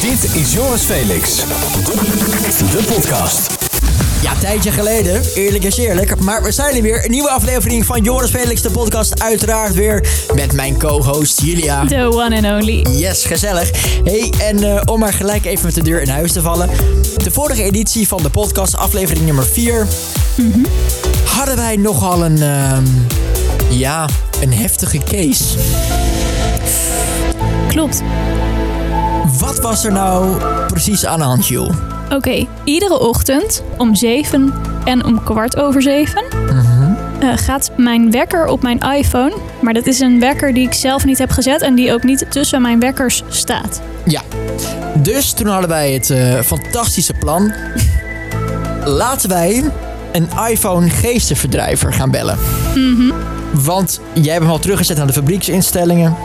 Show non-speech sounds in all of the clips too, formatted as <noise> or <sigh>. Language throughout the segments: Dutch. Dit is Joris Felix. De podcast. Ja, een tijdje geleden, eerlijk is eerlijk. Maar we zijn er weer. Een nieuwe aflevering van Joris Felix, de podcast. Uiteraard weer met mijn co-host Julia. The one and only. Yes, gezellig. hey, en eh, om maar gelijk even met de deur in huis te vallen. De vorige editie van de podcast, aflevering nummer 4... hadden wij nogal een... ehm, ja, een heftige case. Klopt. Wat was er nou precies aan de hand, Jules? Oké, iedere ochtend om zeven en om kwart over zeven Mhm. eh, gaat mijn wekker op mijn iPhone. Maar dat is een wekker die ik zelf niet heb gezet en die ook niet tussen mijn wekkers staat. Ja. Dus toen hadden wij het eh, fantastische plan. Laten wij een iPhone geestenverdrijver gaan bellen. Mhm. Want jij hebt hem al teruggezet aan de fabrieksinstellingen.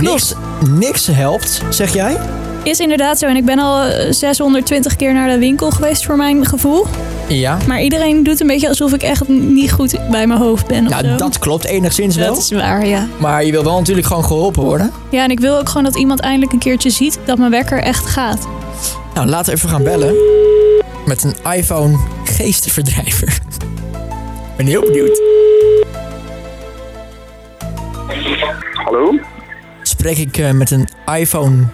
Niks, niks helpt, zeg jij? Is inderdaad zo en ik ben al eh, 620 keer naar de winkel geweest voor mijn gevoel. Ja. Maar iedereen doet een beetje alsof ik echt niet goed bij mijn hoofd ben. of Nou, zo. dat klopt enigszins wel. dat is waar, ja. Maar je wil wel natuurlijk gewoon geholpen worden. Ja, en ik wil ook gewoon dat iemand eindelijk een keertje ziet dat mijn wekker echt gaat. Nou, laten we even gaan bellen. Met een iPhone geestenverdrijver. Ik ben heel benieuwd. Hallo? Spreek ik eh, met een iPhone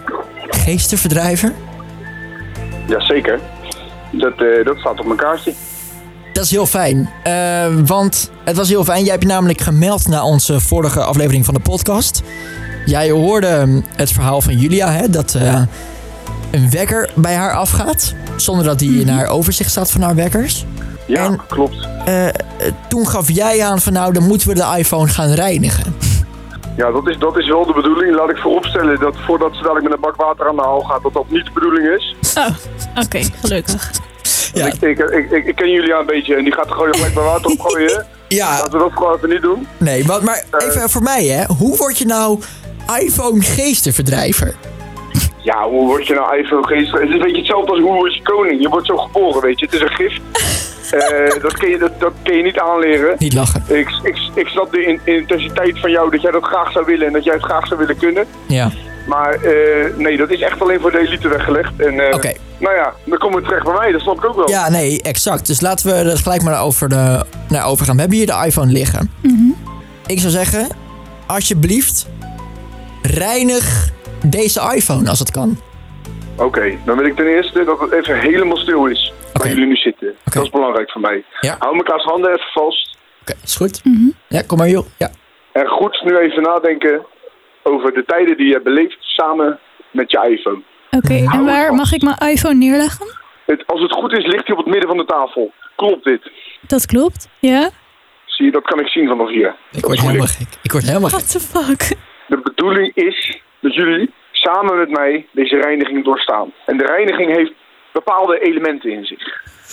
geestenverdrijver? Jazeker. Dat, eh, dat staat op mijn kaartje. Dat is heel fijn. Eh, want het was heel fijn. Jij hebt je namelijk gemeld na onze vorige aflevering van de podcast. Jij hoorde hm, het verhaal van Julia, hè, dat eh, een wekker bij haar afgaat. Zonder dat die in haar overzicht staat van haar wekkers. Ja, En- klopt. Eh, eh, toen gaf jij aan van nou, dan moeten we de iPhone gaan reinigen. Ja, dat is, dat is wel de bedoeling. Laat ik vooropstellen dat voordat ze dadelijk met een bak water aan de haal gaat, dat dat niet de bedoeling is. Oh, oké, gelukkig. Ja, Ik, ik, ik, ik ken jullie een beetje en die gaat gewoon gelijk bij water opgooien. ja Laten we dat gewoon even niet doen. nee, maar, maar even voor mij hè. Hoe word je nou iPhone geestenverdrijver? Ja, hoe word je nou iPhone geest? Het is een beetje hetzelfde als hoe word je koning. Je wordt zo geboren, weet je. Het is een <laughs> gift. Eh, dat, kun je, dat, dat kun je niet aanleren. Niet lachen. Ik, ik, ik snap de in- intensiteit van jou dat jij dat graag zou willen en dat jij het graag zou willen kunnen. Ja. Maar eh, nee, dat is echt alleen voor de elite weggelegd. En, eh, Oké. Nou ja, dan komen we terecht bij mij, dat snap ik ook wel. Ja, nee, exact. Dus laten we er gelijk maar over, de, naar overgaan. We hebben hier de iPhone liggen. Ik zou zeggen, alsjeblieft, reinig deze iPhone als het kan. Oké, dan wil ik ten eerste dat het even helemaal stil is waar Oké. jullie nu zitten. Dat is belangrijk voor mij. Ja. Hou mekaars handen even vast Oké, is goed. Ja, kom maar joh. Ja. en goed nu even nadenken over de tijden die je beleeft samen met je iPhone. Oké, en waar mag ik mijn iPhone neerleggen? Het, als het goed is, ligt hij op het midden van de tafel. Klopt dit? Dat klopt. Ja? Zie je, dat kan ik zien vanaf hier. Ik word helemaal gek. Ik word helemaal gek. What the fuck? De bedoeling is dat jullie samen met mij deze reiniging doorstaan. En de reiniging heeft bepaalde elementen in zich.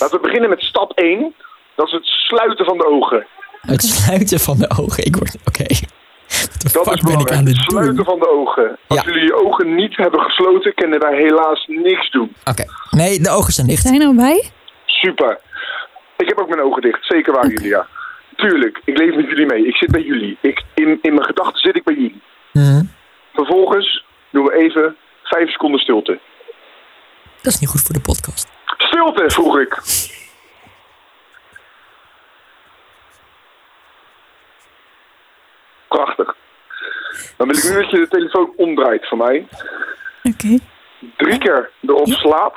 Laten we beginnen met stap 1. Dat is het sluiten van de ogen. Het sluiten van de ogen. Ik word... Oké. Dat Wat de is fuck ben ik belangrijk. aan Het het doen? sluiten van de ogen. Als Ja. jullie je ogen niet hebben gesloten, kunnen wij helaas niks doen. Oké. Nee, de ogen zijn dicht. Zijn er bij? Super. Ik heb ook mijn ogen dicht. Zeker waar, Julia. Tuurlijk, ik leef met jullie mee. Ik zit bij jullie. Ik, in, in mijn gedachten zit ik bij jullie. Mhm. Vervolgens doen we even vijf seconden stilte. Dat is niet goed voor de podcast. Stilte, vroeg ik. Prachtig. Dan wil ik nu dat je de telefoon omdraait voor mij. Oké. Drie keer erop slaat.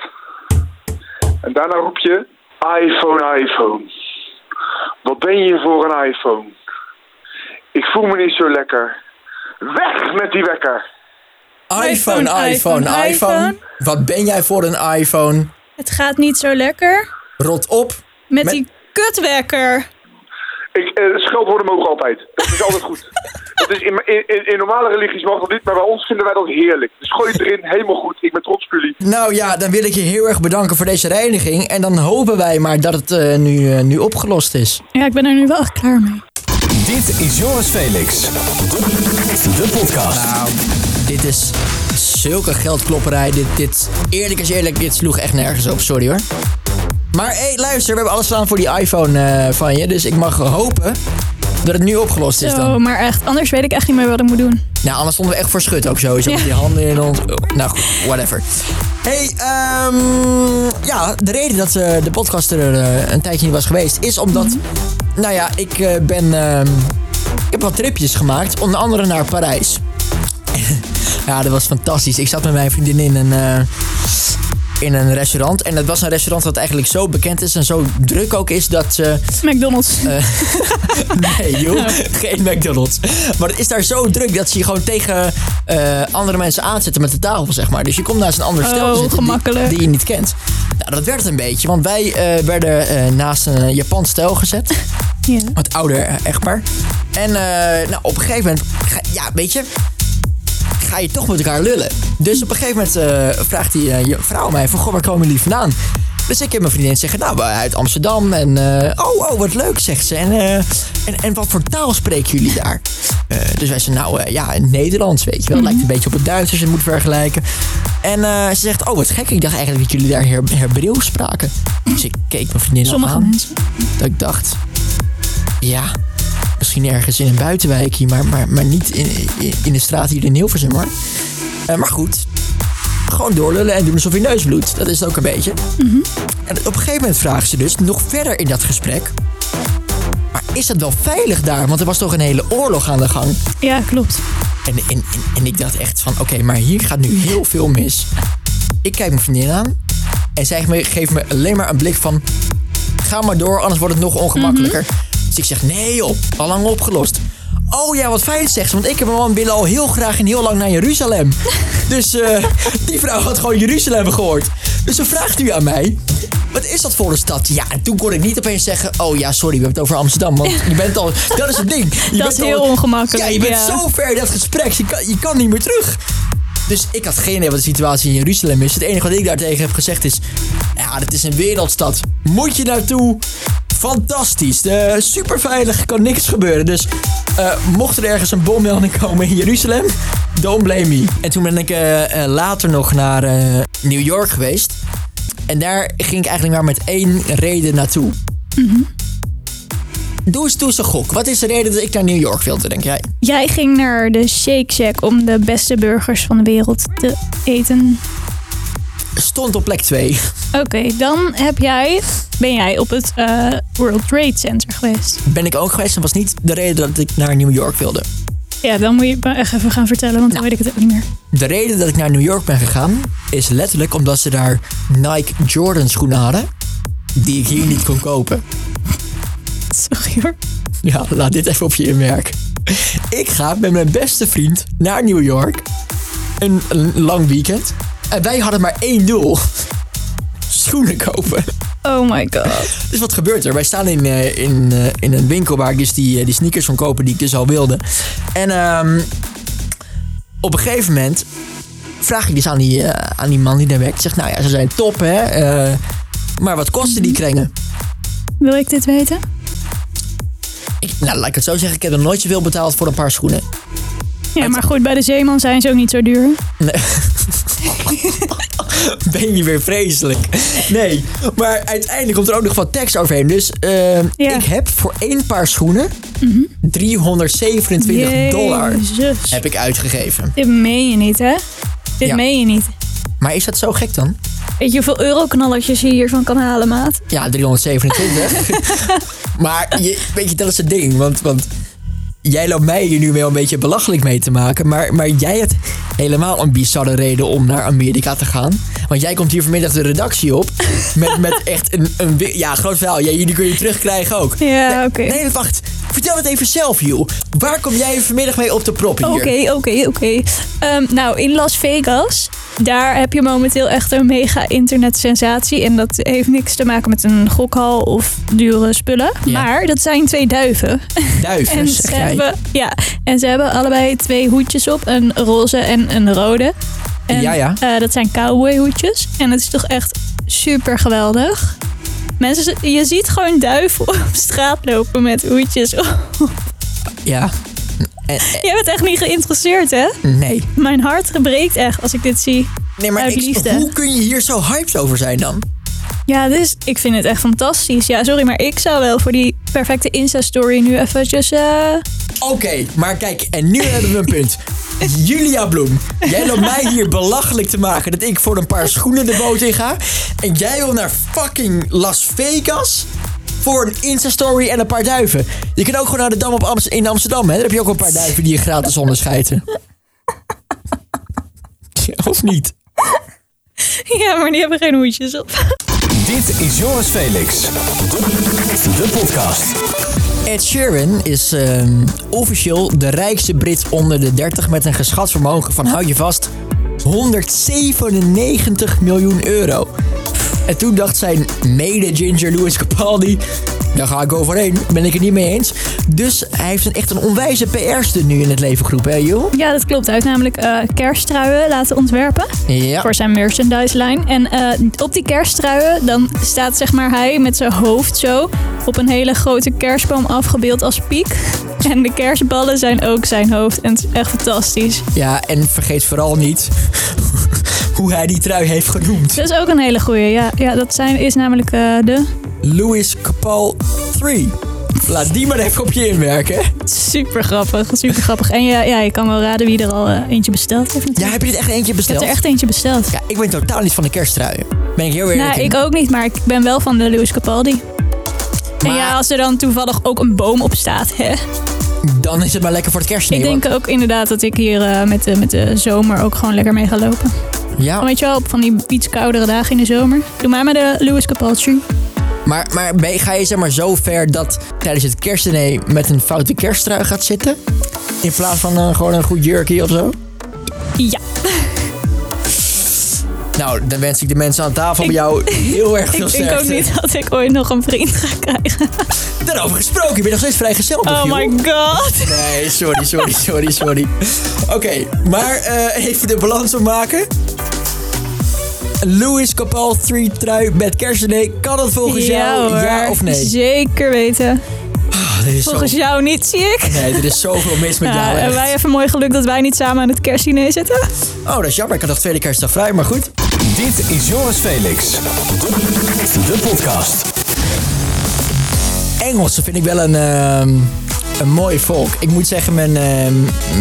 En daarna roep je iPhone, iPhone. Wat ben je voor een iPhone? Ik voel me niet zo lekker. Weg met die wekker. iPhone, iPhone, iPhone. Wat ben jij voor een iPhone? Het gaat niet zo lekker Rot op. met, Met- die kutwekker. Ik, eh, scheldwoorden mogen altijd. Dat is altijd goed. Dat is in, in, in- in normale religies mag dat niet, maar bij ons vinden wij dat heerlijk. Dus gooi het erin, helemaal goed. Ik ben trots op jullie. Nou ja, dan wil ik je heel erg bedanken voor deze reiniging. En dan hopen wij maar dat het eh, nu, eh, nu opgelost is. Ja, ik ben er nu wel echt klaar mee. Dit is Joris Felix. De podcast. Nou, dit is zulke geldklopperij. Dit, dit, eerlijk is eerlijk, dit sloeg echt nergens op. Sorry hoor. Maar hé, hey, luister, we hebben alles gedaan voor die iPhone eh, van je. Dus ik mag hopen Dat het nu opgelost is Zo, dan. maar echt, anders weet ik echt niet meer wat ik moet doen. Nou, anders stonden we echt voor schut ook sowieso. Met die handen in ons. Oh, nou goed, whatever. hey, ehm, ja, de reden dat eh, de podcast er eh, een tijdje niet was geweest is omdat. Nou ja, ik eh, ben. ehm, ik heb wat tripjes gemaakt, onder andere naar Parijs. <laughs> ja, dat was fantastisch. Ik zat met mijn vriendin in een. eh, in een restaurant. En dat was een restaurant dat eigenlijk zo bekend is en zo druk ook is dat ze McDonald's. Nee, <laughs> joh. Geen McDonald's. Maar het is daar zo druk dat ze je gewoon tegen eh, andere mensen aanzetten met de tafel, zeg maar. Dus je komt naast een ander stel Oh, zitten die- Die, gemakkelijk. je niet kent. Nou, dat werd het een beetje. Want wij eh, werden eh, naast een Japans stel gezet. Ja. Wat ouder eh, echtpaar. En eh, nou, op een gegeven moment... Ga, ja, weet je... Ga je toch met elkaar lullen. Dus op een gegeven moment eh, vraagt die eh, je vrouw mij van... Goh, waar komen jullie vandaan? Dus ik heb mijn vriendin zeggen... Nou, we uit Amsterdam. En eh, oh, oh, wat leuk, zegt ze. En, eh, en, en wat voor taal spreken jullie daar? Eh, dus wij zeggen, nou eh, ja, Nederlands, weet je wel. Lijkt een Mhm. beetje op het Duits als je het moet vergelijken. En eh, ze zegt, oh, wat gek. Ik dacht eigenlijk dat jullie daar her, Hebreeuws spraken. Dus ik keek mijn vriendin al Sommige aan. mensen. Dat ik dacht, ja, misschien ergens in een buitenwijk hier, maar, maar, maar niet in, in, in de straat hier in Hilversum hoor. Eh, maar goed, gewoon doorlullen en doen alsof je neus bloedt. Dat is het ook een beetje. En op een gegeven moment vraagt ze dus nog verder in dat gesprek. Maar is dat wel veilig daar? Want er was toch een hele oorlog aan de gang. Ja, klopt. En, en, en, en ik dacht echt van, oké, maar hier gaat nu heel veel mis. Ik kijk mijn vriendin aan en zij geeft me- geeft me alleen maar een blik van... Ga maar door, anders wordt het nog ongemakkelijker. Mhm. Dus ik zeg, nee joh, al lang opgelost. Oh ja, wat fijn zegt ze, want ik heb man willen al heel graag en heel lang naar <laughs> Jeruzalem. dus eh, die vrouw had gewoon Jeruzalem gehoord. Dus ze vraagt u aan mij, wat is dat voor een stad? Ja, en toen kon ik niet opeens zeggen, oh ja, sorry, we hebben het over Amsterdam. Want je bent <laughs> al, dat is het ding. Je Dat bent is al- heel ongemakkelijk, Ja, je bent ja. zo ver in dat gesprek, je kan, je kan niet meer terug. Dus ik had geen idee wat de situatie in Jeruzalem is. Het enige wat ik daartegen heb gezegd is... Ja, dit is een wereldstad. Moet je naartoe? Fantastisch. Super superveilig, kan niks gebeuren. Dus eh, mocht er ergens een bommelding komen in Jeruzalem... Don't blame me. En toen ben ik eh, eh, later nog naar eh, New York geweest. En daar ging ik eigenlijk maar met één reden naartoe. Doe eens, doe eens een gok. Wat is de reden dat ik naar New York wilde, denk jij? Jij ging naar de Shake Shack om de beste burgers van de wereld te eten. Stond op plek 2. Oké, dan heb jij, ben jij op het eh, World Trade Center geweest. ben ik ook geweest en was niet de reden dat ik naar New York wilde. Ja, dan moet je het me echt even gaan vertellen, want dan weet ik het ook niet meer. De reden dat ik naar New York ben gegaan is letterlijk omdat ze daar Nike Jordan schoenen hadden die ik hier niet kon kopen. <laughs> Sorry hoor. Ja, laat dit even op je inmerk. Ik ga met mijn beste vriend naar New York. Een, een lang weekend. En wij hadden maar één doel. Schoenen kopen. Oh my god. Dus wat gebeurt er? Wij staan in, eh, in, eh, in een winkel waar ik dus die, eh, die sneakers kon kopen die ik dus al wilde. En ehm, op een gegeven moment vraag ik dus aan die, eh, aan die man die daar werkt. Ik zeg, nou ja, ze zijn top hè. eh, maar wat kosten die kringen? Wil ik dit weten? Ik, nou, laat ik het zo zeggen. Ik heb nog nooit zoveel betaald voor een paar schoenen. Ja, maar goed, bij de Zeeman zijn ze ook niet zo duur. Nee. <laughs> ben je weer vreselijk. Nee, maar uiteindelijk komt er ook nog wat tekst overheen. Dus ehm, Ja. ik heb voor één paar schoenen 327 dollar Jezus. heb ik uitgegeven. Dit meen je niet, hè? Dit Ja. meen je niet. Maar is dat zo gek dan? Weet je hoeveel euroknallertjes je hiervan kan halen, maat? Ja, 327. maar je, weet je, dat is het ding. Want, want jij loopt mij hier nu wel een beetje belachelijk mee te maken. Maar, maar jij hebt helemaal een bizarre reden om naar Amerika te gaan. Want jij komt hier vanmiddag de redactie op. Met, met echt een, een... wi- Ja, groot verhaal. Ja, jullie kun je terugkrijgen ook. Ja, Nee, oké. Nee, wacht. Vertel het even zelf, joh. Waar kom jij vanmiddag mee op de proppen hier? Oké, oké, oké. Ehm, Nou, in Las Vegas, daar heb je momenteel echt een mega internetsensatie. En dat heeft niks te maken met een gokhal of dure spullen. Ja. Maar dat zijn twee duiven. Duiven, En eh, zeg ze, jij. hebben, ja, en ze hebben allebei twee hoedjes op. Een roze en een rode. En, Ja, ja. eh, dat zijn cowboy hoedjes. En het is toch echt super geweldig. Mensen, je ziet gewoon duiven op straat lopen met hoedjes. op. <laughs> Ja. En- en- Jij bent echt niet geïnteresseerd, hè? nee. Mijn hart breekt echt als ik dit zie. Nee, maar Uit ik- liefde. hoe kun je hier zo hyped over zijn dan? Ja, dus ik vind het echt fantastisch. Ja, sorry, maar ik zou wel voor die perfecte Insta-story nu eventjes... eh, <laughs> Oké, maar kijk, en nu hebben we een punt. Julia Bloem, jij loopt mij hier belachelijk te maken dat ik voor een paar schoenen de boot in ga. En jij wil naar fucking Las Vegas voor een Insta-story en een paar duiven. Je kunt ook gewoon naar de Dam op Amst- in Amsterdam, hè? Daar heb je ook een paar duiven die je gratis onderscheiden. Ja, Of niet? ja, maar die hebben geen hoedjes <laughs> op. Dit is Joris Felix. De podcast. Ed Sheeran is ehm, officieel de rijkste Brit onder de 30 met een geschat vermogen van, hou je vast, 197 miljoen euro. En toen dacht zijn mede Ginger Lewis Capaldi, daar ga ik overheen, ben ik het niet mee eens. Dus hij heeft een, echt een onwijze PR-stunt nu in het leven geroepen, hè joh? Ja, dat klopt. Hij heeft namelijk eh, kerststruien laten ontwerpen Ja. voor zijn merchandise-lijn. En eh, op die kerststruien dan staat zeg maar hij met zijn hoofd zo op een hele grote kerstboom afgebeeld als piek. <laughs> En de kerstballen zijn ook zijn hoofd. En het is echt fantastisch. Ja, en vergeet vooral niet <laughs> hoe hij die trui heeft genoemd. Dat is ook een hele goeie. Ja, ja dat zijn, is namelijk eh, de... Lewis Capal 3. Laat die maar even op je inwerken, hè? Super grappig, super grappig. En ja, ja, je kan wel raden wie er al eh, eentje besteld heeft Ja, natuurlijk. heb je dit echt eentje Ik besteld? heb er echt eentje besteld. Ja, ik ben totaal niet van de kersttrui. Ben ik heel eerlijk Nou, in. ik ook niet, maar ik ben wel van de Lewis Capaldi. En Maar- ja, als er dan toevallig ook een boom op staat, hè. Dan is het maar lekker voor het kerstdiner. ik denk ook inderdaad dat ik hier eh, met, de, met de zomer ook gewoon lekker mee ga lopen. want- ja, Weet je wel, op van die iets koudere dagen in de zomer. Doe maar maar de Lewis Capaldi. maar, maar ben- ga je zeg maar zo ver dat tijdens het kerstdiner met een foute kersttrui gaat zitten? In plaats van eh, gewoon een goed jurkje of zo? Ja, Nou, dan wens ik de mensen aan tafel bij Ik- jou heel erg veel <laughs> ik denk sterkte. ook niet dat ik ooit nog een vriend ga krijgen. Daarover gesproken, je bent nog steeds vrijgezel, toch, Oh joh? my god. Nee, sorry, sorry, sorry, sorry. Oké, maar eh, even de balans opmaken. Een Louis Capal 3 trui met kerstdiner. Kan het volgens jou? hoor. Ja of nee? Zeker weten. Ah, dit is zo- Volgens jou niet, zie ik. Nee, er is zoveel mis met Ja, jou. en echt. wij hebben mooi geluk dat wij niet samen aan het kerstdiner zitten. Oh, dat is jammer. Ik had nog tweede kerstdag vrij, maar goed. Dit is Joris Felix. De podcast. Engelsen vind ik wel een, ehm, een mooi volk. Ik moet zeggen, mijn, ehm,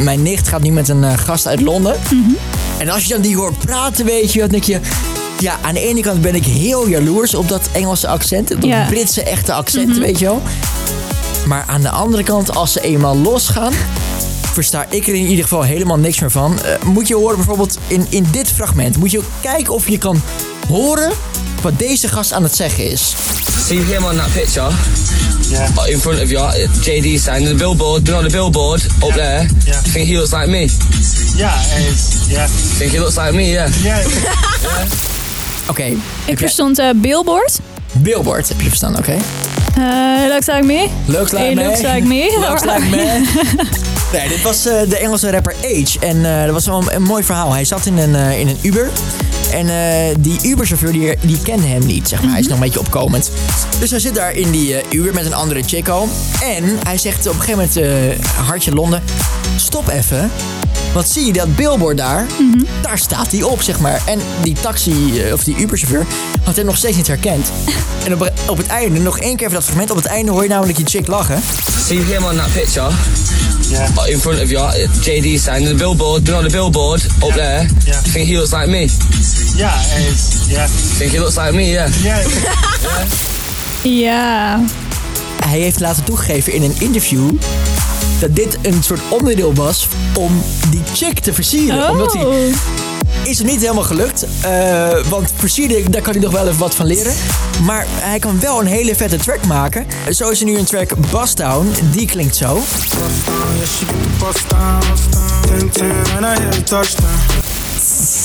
mijn nicht gaat nu met een eh, gast uit Londen. Mhm. En als je dan die hoort praten, weet je, dan denk je... Ja, aan de ene kant ben ik heel jaloers op dat Engelse accent. Op dat Ja. Mhm. Britse echte accent, weet je wel. Maar aan de andere kant, als ze eenmaal losgaan... Versta ik er in ieder geval helemaal niks meer van. Eh, moet je horen bijvoorbeeld in, in dit fragment. Moet je kijken of je kan horen wat deze gast aan het zeggen is. See him on that picture? Yeah. In front of you, JD sign the billboard, been on the billboard up there. Yeah. You think he looks like me? Yeah, it's, yeah, Think he looks like me, yeah. yeah. it's- Oké, Ik heb jij- verstond eh, Billboard. Billboard heb je verstaan, oké? Eh looks like me. Looks like Hey, me. looks like me. Looks like me. Nee, dit was eh, de Engelse rapper Age. En eh, dat was wel een, een mooi verhaal. Hij zat in een, eh, in een Uber. En eh, die Uber-chauffeur, die, die kende hem niet, zeg maar. Hij is nog een beetje opkomend. Dus hij zit daar in die eh, Uber met een andere chico. En hij zegt op een gegeven moment, eh hartje Londen... Stop even. Want zie je dat billboard daar? Daar staat hij op, zeg maar. En die taxi, eh, of die Uber-chauffeur, had hem nog steeds niet herkend. en op, op het einde, nog één keer even dat fragment. Op het einde hoor je namelijk die chick lachen. See him on that picture? Yeah. In front of you, JD sign the billboard, been on the billboard up there. Yeah. You Think he looks like me? Yeah, it's, yeah, Think he looks like me, yeah. yeah. it's- <laughs> Ja, Hij heeft later toegegeven in een interview dat dit een soort onderdeel was om die chick te versieren. Oh. Omdat hij is het niet helemaal gelukt. eh, want versieren, daar kan hij nog wel even wat van leren. Maar hij kan wel een hele vette track maken. Zo is er nu een track Bastown. Die klinkt zo. Yeah, she get the bust down. 10 10 and I hit a touchdown.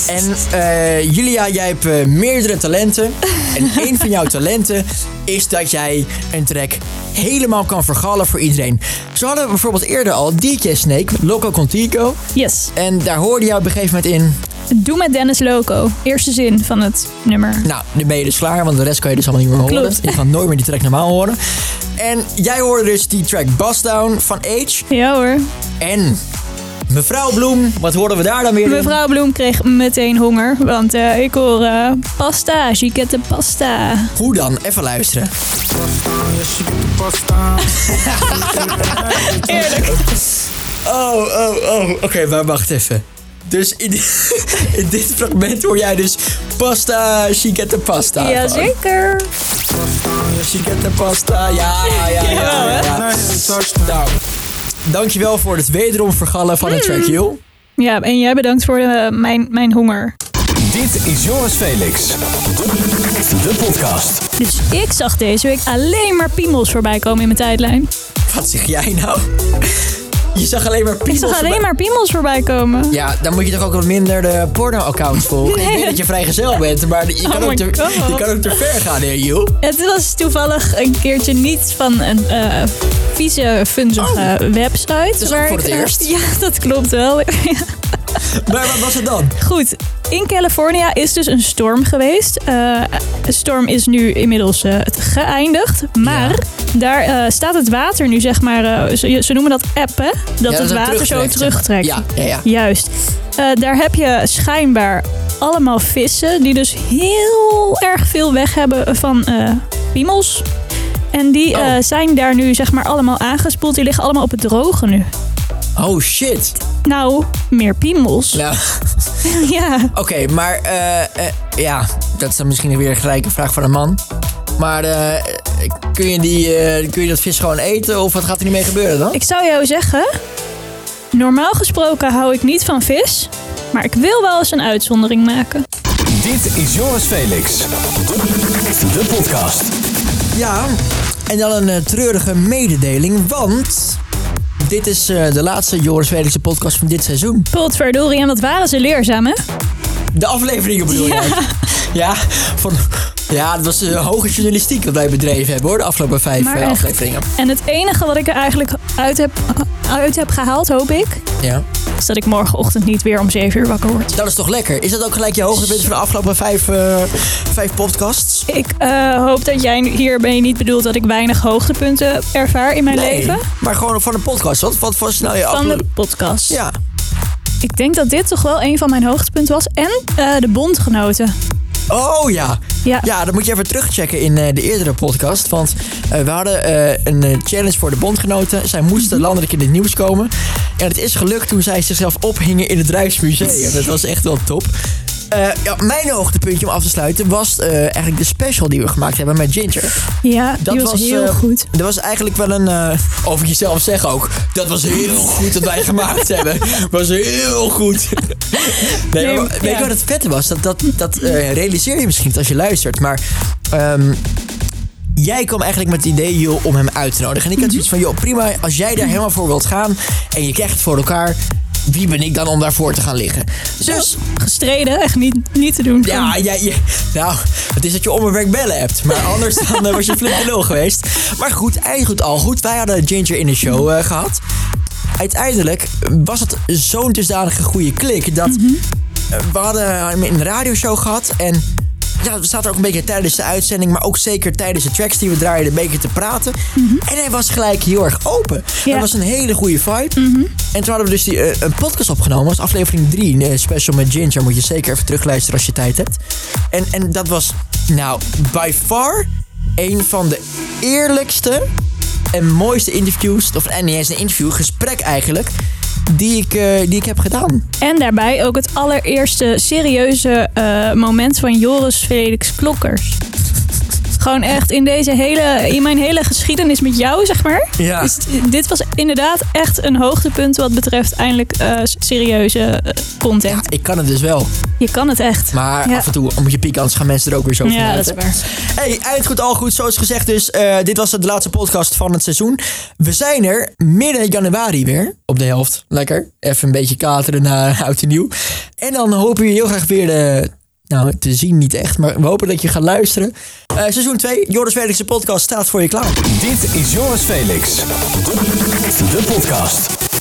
En eh, Julia, jij hebt eh, meerdere talenten. En één van jouw talenten is dat jij een track helemaal kan vergallen voor iedereen. Zo hadden we bijvoorbeeld eerder al DJ Snake, met Loco Contigo. yes. En daar hoorde jou op een gegeven moment in. Doe met Dennis Loco. Eerste zin van het nummer. Nou, nu ben je dus klaar, want de rest kan je dus allemaal niet meer horen. Klopt. Je gaat nooit meer die track normaal horen. En jij hoorde dus die track Bust Down van Age. Ja hoor. En Mevrouw Bloem, wat hoorden we daar dan weer? in? Mevrouw Bloem kreeg meteen honger, want eh, ik hoor eh, pasta, chiquette pasta. Hoe dan? Even luisteren. Yeah, she get the bust down. <laughs> Eerlijk. Oh, oh, oh. Oké, maar wacht even. Dus in, <laughs> in dit fragment hoor jij dus pasta, chiquette pasta. Jazeker. Chiquette pasta, ja, ja, ja. ja, Jawel, ja, hè? ja. Now here's a touchdown. Nou, dankjewel voor het wederom vergallen van het Mm. track, joh. Ja, en jij bedankt voor eh, mijn, mijn honger. Dit is Joris Felix. De podcast. Dus ik zag deze week alleen maar piemels voorbij komen in mijn tijdlijn. Wat zeg jij nou? Je zag alleen maar Ik piemels. zag alleen voorbij- maar piemels voorbij komen. Ja, dan moet je toch ook wat minder de porno-account volgen. Ik weet dat je vrijgezel bent, maar je kan, Oh ook, my te, God. je kan ook te ver gaan, hè, joh. Het was toevallig een keertje niet van een eh vieze, funzige website. Dus ook waar voor het ik, eh, eerst? <laughs> Ja, dat klopt wel. Maar wat was het dan? Goed, in Californië is dus een storm geweest. Eh, de storm is nu inmiddels eh, het geëindigd. Maar daar eh, staat het water nu, zeg maar, eh, ze, ze noemen dat appen. Dat Ja, het het water zo terugtrekt, zeg maar. terugtrekt. Ja, ja, ja. Juist. Eh, daar heb je schijnbaar allemaal vissen die dus heel erg veel weg hebben van eh piemels. En die Oh. eh, zijn daar nu zeg maar allemaal aangespoeld. Die liggen allemaal op het droge nu. Oh, shit. Nou, meer piemels. Nou, <laughs> <laughs> ja. oké, maar... eh, eh, ja, dat is dan misschien weer gelijk een vraag van een man. Maar eh, kun, je die, eh, kun je dat vis gewoon eten of wat gaat er niet mee gebeuren dan? Ik zou jou zeggen, normaal gesproken hou ik niet van vis, maar ik wil wel eens een uitzondering maken. Dit is Joris Felix. De podcast. Ja, en dan een eh, treurige mededeling, want... Dit is eh, de laatste Joris Felix podcast van dit seizoen. Potverdorie, en wat waren ze leerzaam, hè? De afleveringen bedoel je? Ja, ja, van, ja dat was eh, hoge journalistiek dat wij bedreven hebben hoor, de afgelopen vijf Maar eh, echt. afleveringen. <laughs> En het enige wat ik er eigenlijk uit heb, uit heb gehaald, hoop ik, Ja. is dat ik morgenochtend niet weer om 7 uur wakker word. Dat is toch lekker? Is dat ook gelijk je hoogtepunt van de afgelopen vijf, eh, vijf podcasts? Ik eh, hoop dat jij hiermee niet bedoelt dat ik weinig hoogtepunten ervaar in mijn leven. Maar gewoon van een podcast, wat, wat was nou je Van de afgelopen... podcast. Ja. Ik denk dat dit toch wel een van mijn hoogtepunten was. En eh, de bondgenoten. Oh ja. Ja. dat moet je even terugchecken in eh, de eerdere podcast. Want eh, we hadden eh, een eh, challenge voor de bondgenoten. Zij moesten landelijk in het nieuws komen. En het is gelukt toen zij zichzelf ophingen in het Rijksmuseum. Dat was echt wel top. Eh, ja, mijn hoogtepuntje om af te sluiten was eh, eigenlijk de special die we gemaakt hebben met Ginger. Ja, die was, heel eh, goed. Dat was eigenlijk wel een. eh, over jezelf zeggen ook. Dat was <laughs> heel goed dat wij gemaakt hebben. Was heel goed. nee, Nee, maar weet ja. je wat het vette was? Dat, dat, dat eh, realiseer je misschien niet als je luistert. Maar. ehm, Jij kwam eigenlijk met het idee, joh, om hem uit te nodigen. En Mhm. ik had zoiets van, joh, prima, als jij daar helemaal voor wilt gaan... en je krijgt het voor elkaar, wie ben ik dan om daarvoor te gaan liggen? Dus, Gestreden, echt niet, niet te doen. ja, ja, ja. nou, het is dat je onbewerkt bellen hebt. Maar anders dan eh, was je flink de lul geweest. Maar goed, eigenlijk al goed. Wij hadden Ginger in de show eh, gehad. Uiteindelijk was het zo'n dusdanige goede klik dat eh, we hadden hem in een radioshow gehad en ja, we zaten ook een beetje tijdens de uitzending, maar ook zeker tijdens de tracks die we draaiden, een beetje te praten. En hij was gelijk heel erg open. Ja. Dat was een hele goede vibe. En toen hadden we dus die, eh, een podcast opgenomen, dat was aflevering 3, een eh, special met Ginger. Moet je zeker even terugluisteren als je tijd hebt. En, en dat was, nou, by far een van de eerlijkste en mooiste interviews, of eh, niet eens een interview, gesprek eigenlijk, die ik, eh, die ik heb gedaan. En daarbij ook het allereerste serieuze eh, moment van Joris Felix Klokkers. Gewoon echt in, deze hele, in mijn hele geschiedenis met jou, zeg maar. Ja. Is het- dit was inderdaad echt een hoogtepunt wat betreft eindelijk eh, serieuze eh, Ja, content. ik kan het dus wel. Je kan het echt. Maar Ja. af en toe moet je pieken, anders gaan mensen er ook weer zo van Ja, dat uit, is hè? waar. Hey, eind goed, al goed. Zoals gezegd dus, eh, dit was de laatste podcast van het seizoen. We zijn er midden januari weer, op de helft. Lekker, even een beetje kateren na oud en nieuw. En dan hopen we je heel graag weer eh, nou, te zien, niet echt, maar we hopen dat je gaat luisteren. Eh, seizoen 2, Joris Felix' podcast staat voor je klaar. Dit is Joris Felix. De podcast.